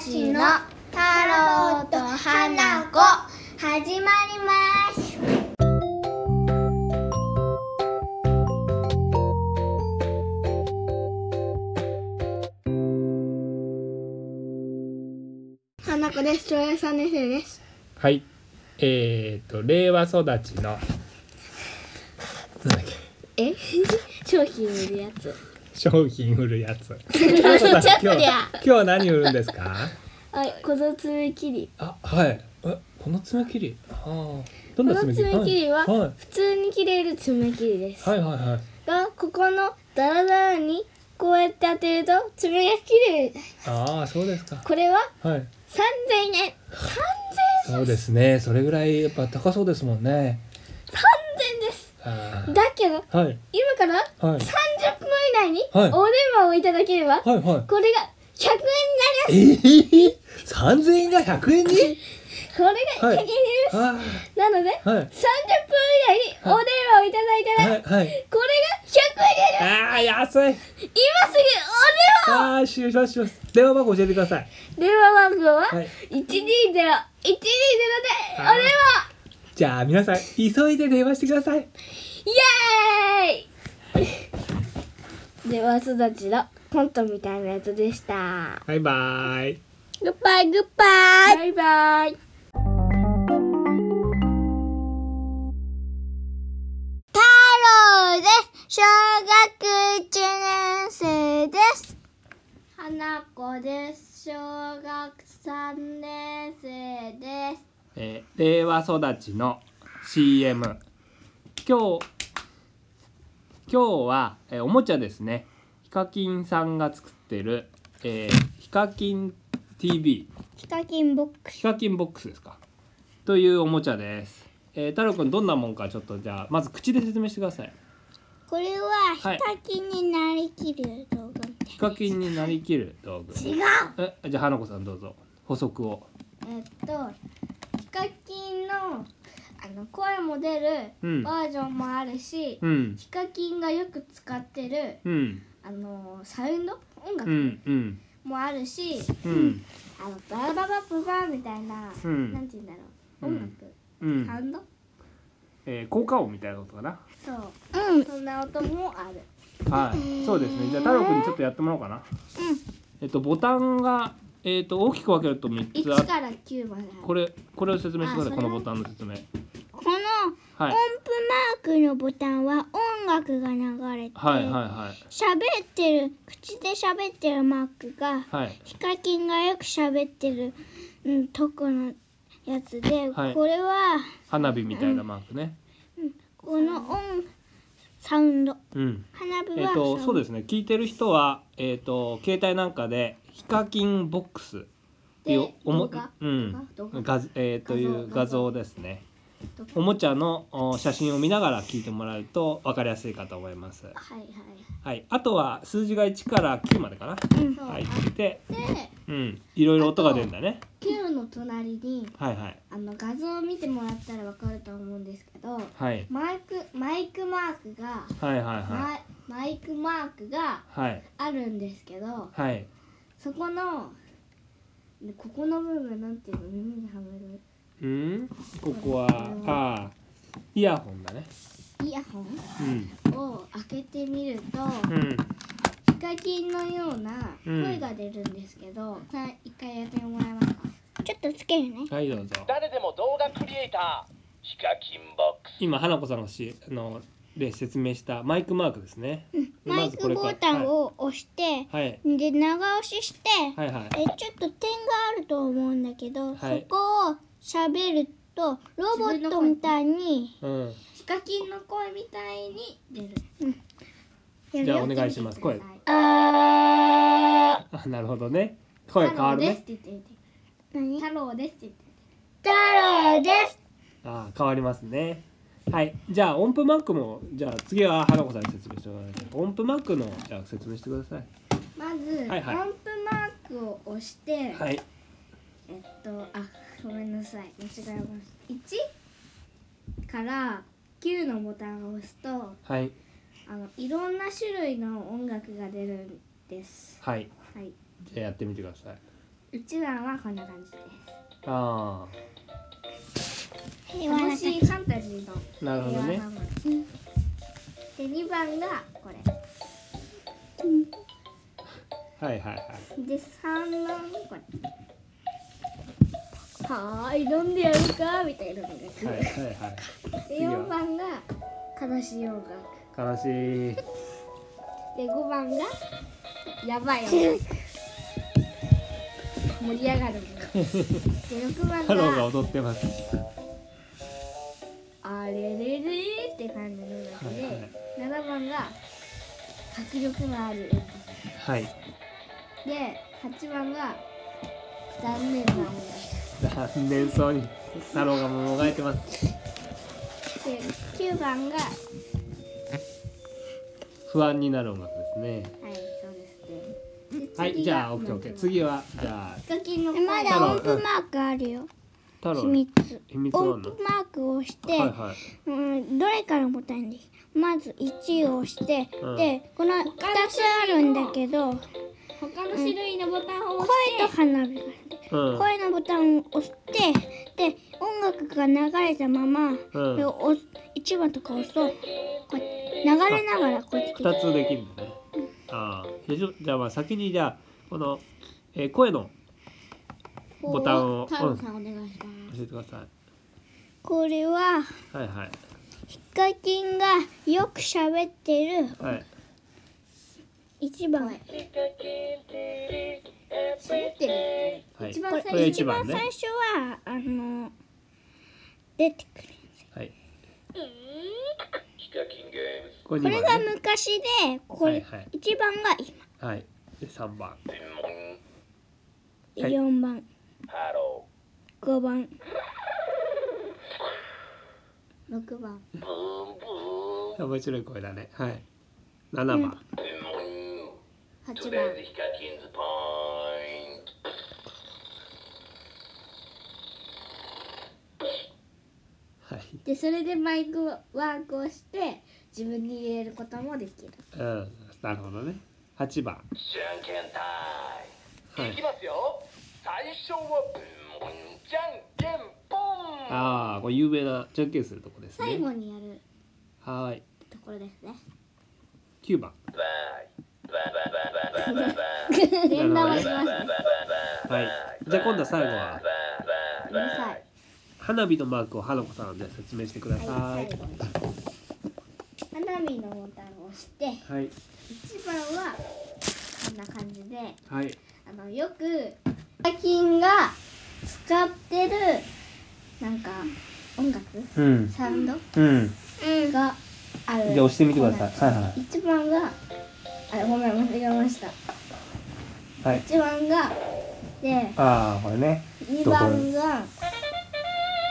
ちの太郎と花子始まります花子です長屋三年生ですはい。えっ、と、令和育ちの。なんだっけ。え商品売るやつ商品売るやつ。花子さん今そり日ゃ、今日何売るんですか。はいこの爪切りあ、はい。え、この爪切り。ああ。どんこなの爪切り。爪切りははい。はい普通に切れる爪切りですはいはいはい。がここのダラダラにこうやって当てると爪が切れるああ、そうですか。これははい。 3000円3000そうですね。それぐらいやっぱ高そうですもんね。円ですあだけどあ。はい。今からはい。 30分以内におはい電話をいただければこはいはれが100円になりまい。ええ三千円が百円に。すこれが100円になります、あなのであ。はい。 30分以内にお電話をいただいたら、はいはい。これが100円になりますああ、安い。今すぐああ、終了します。電話番号教えてください。お電話電話番号ははい120、120でお電話じゃあ、皆さん、急いで電話してください。イエーイでは育ちのコントみたいなやつでしたバイバーイ。グッバイグッバイバイバイ太郎です小学一年生です花子です小学三年生ですえー、令和育ちの CM。今日、今日は、えーおもちゃですね。ヒカキンさんが作ってる、えーヒカキン TV。ヒカキンボックスヒカキンボックスですか。というおもちゃです。えー、太郎くんどんなもんかちょっとじゃあまず口で説明してくださいこれはヒカキンになりきる動画みたいヒカキンになりきる道具違うえじゃあ花子さんどうぞ補足をえっとヒカキンのあの声も出るうんバージョンもあるし、うんヒカキンがよく使ってるうんあのサウンド音う楽んうんもあるし、うんあのバラバラブバーみたいな、うんなんて言うんだろう音うん楽、うサウん、ンドえー、効果音みたいなことかなそう、そんな音もあるはいそうですねじゃあ太郎くんにちょっとやってもらおうかなえっとボタンがえっと大きく分けると3つあ1ってから9まであるこれこれを説明してくださいあこそれのボタンの説明このはマーいクのボタンは音楽が流れてはいはいは喋ってる口で喋ってるマークがいはいヒカキンがよく喋ってる、うん、とこのやつで、はいこれは花火みたいなマークねこの音サウンドうん花火は、えっとそうですね聞いてる人はえっと携帯なんかでヒカキンボックスっていうでお動も画うん動画画えーという画画像像ですね動画おもちゃのお写真を見ながら聞いてもらうと分かりやすいかと思います。はいははい、あとは数字が1から9までかい、うん、そうなあ入でって、うん、いろいろ音が出るんだね。 9の隣にはいはいあの画像を見てもらったらわかると思うんですけどはいマイクマイクマークが、はいはいはマイマイクマークがいはいあるんですけどはいそこのここの部分なんていうの耳にはめるうんここはあーイヤホンだね。イヤホンうんを開けてみると、うんヒカキンのような声が出るんですけど、さあ一回やってもらえますかちょっとつけるねはいどうぞ。誰でも動画クリエイターヒカキンボックス今花子さんがしあので説明したマイクマークですね。マイクボタンを押して、はいで長押しして、はいはいえちょっと点があると思うんだけど、はいそこを喋るとロボットみたいにうんヒカキンの声みたいに出るやるじゃあおよ。願いします声ああなるほどね声変わるね太郎ですって言ってみ何て太郎ですって言って太郎です。あ変わりますねはいじゃあ音符マークもじゃあ次は花子さんに説明してもらいましょう音符マークのじゃあ説明してくださいまず、はいはい音符マークを押して、はいえっとあごめんなさい間違えました1から9のボタンを押すとはいあのいろんな種類の音楽が出るんですはいはいじゃあやってみてください一番はこんな感じですあ平和な楽感しじいファンタジーのあなるほどねうんで2番がこれはいはいはいで三のこれはーい飲んでやるかみたいなのが来る、はいはいはいで4番が悲しい洋楽悲しいで5番がやばい よ盛り上がるので6番太郎がが踊ってますあれれれって感じの中はいはでい7番が迫力のある演技はいで8番が残念な音楽残念そうに太郎がもがいてますで9番が不安になる音楽ですねはい、そうですね。はいじゃあオッケーオッケー。次はじゃあヒカキンのえまだ音符マークあるよ太郎秘密秘密なの音符マークを押して、はいはいうん、どれからもたいんですまず1を押して、うんでこの2つあるんだけど声他の種類のボタンをと押して、花火があるうん声のボタンを押してで音楽が流れたまま、うんでお1番とか押すとこう流れながらこうやって二つできるんだねああでしょじゃあまあ先にじゃあこの、えー声のボタンを太郎さんお願いしま教えてくださこれはいはいはいヒカキンがよく喋ってるはい1番、す。喋ってる。はい一番こ最初れこれ一一番番最ね初はあの出てくるはいヒカキンゲームズこれこ二れが番ね昔でこはいれはい1番が今はいで三番専門はい4番ハロ5番六番。ーブンブ面白い声だねはい七番、ン専門八と番りあ。えずヒカキンズポイントはいでそれでマイクワークをして自分に入れることもできる。うんなるほどね八番じゃんけんタイム、はいい、きますよ最初はブンブンじゃんけんポンああこれ有名なじゃんけんするとこですね最後にやるはーいところです ね。九番バイバイバイバイバイバイバイ連打をします。うるはいじゃあ今度は最後はさい。花火のマークを花子さんで説明してくださいはい、最後に。花火のボタンを押して、はい一番はこんな感じで。はいあのよくヒカキンが使ってるなんか音楽うんサウンドうんがある、してみてくださいはいはい一番があごめん間違えましたはい一番がでああこれね二番が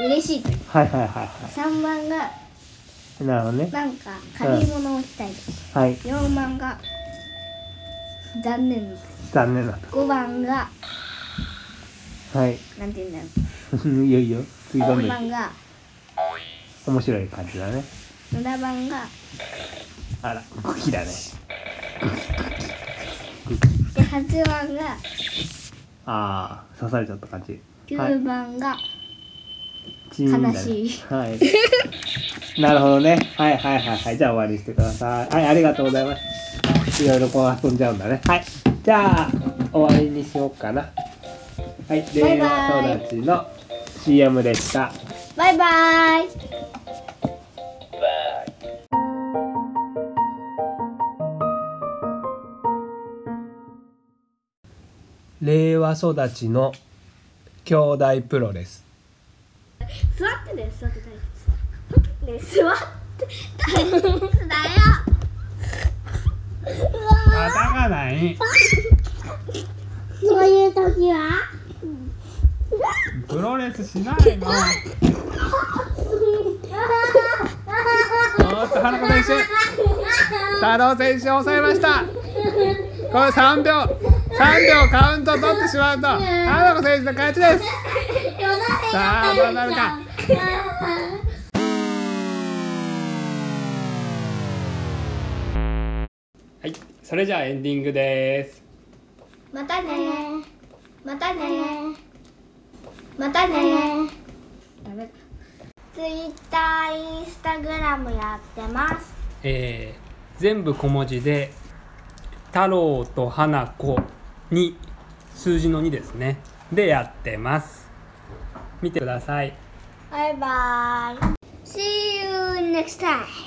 嬉しい時はいはいはいは三番がいなるほどねなんか借り物をしたいはい四番が残念な時残念だっ五番がたはい なんて言うんだろいいよいいよ次う六番が面白い感じだね七番があら茎だねで八番がああ刺されちゃった感じ九はい番が、チーンだね悲しいはいなるほどねはいはいはいはいじゃあ終わりにしてくださいはいありがとうございますいろいろこう遊んじゃうんだねはいじゃあ終わりにしようかなはいバイ電話友達の CM でしたバイバイ令和育ちの兄弟プロです座ってね座って対決ね座って対決だよ叩かないそういう時はプロレスしないのおっと花子選手太郎選手抑えましたこれ3秒3秒カウント取ってしまうと花子選手の勝ちですさあどうなるかはいそれじゃあエンディングですまたねまたねまたねダメだツイッターインスタグラムやってますえー全部小文字で「太郎と花子」に数字の2ですねでやってます見てくださいバイバイ See you next time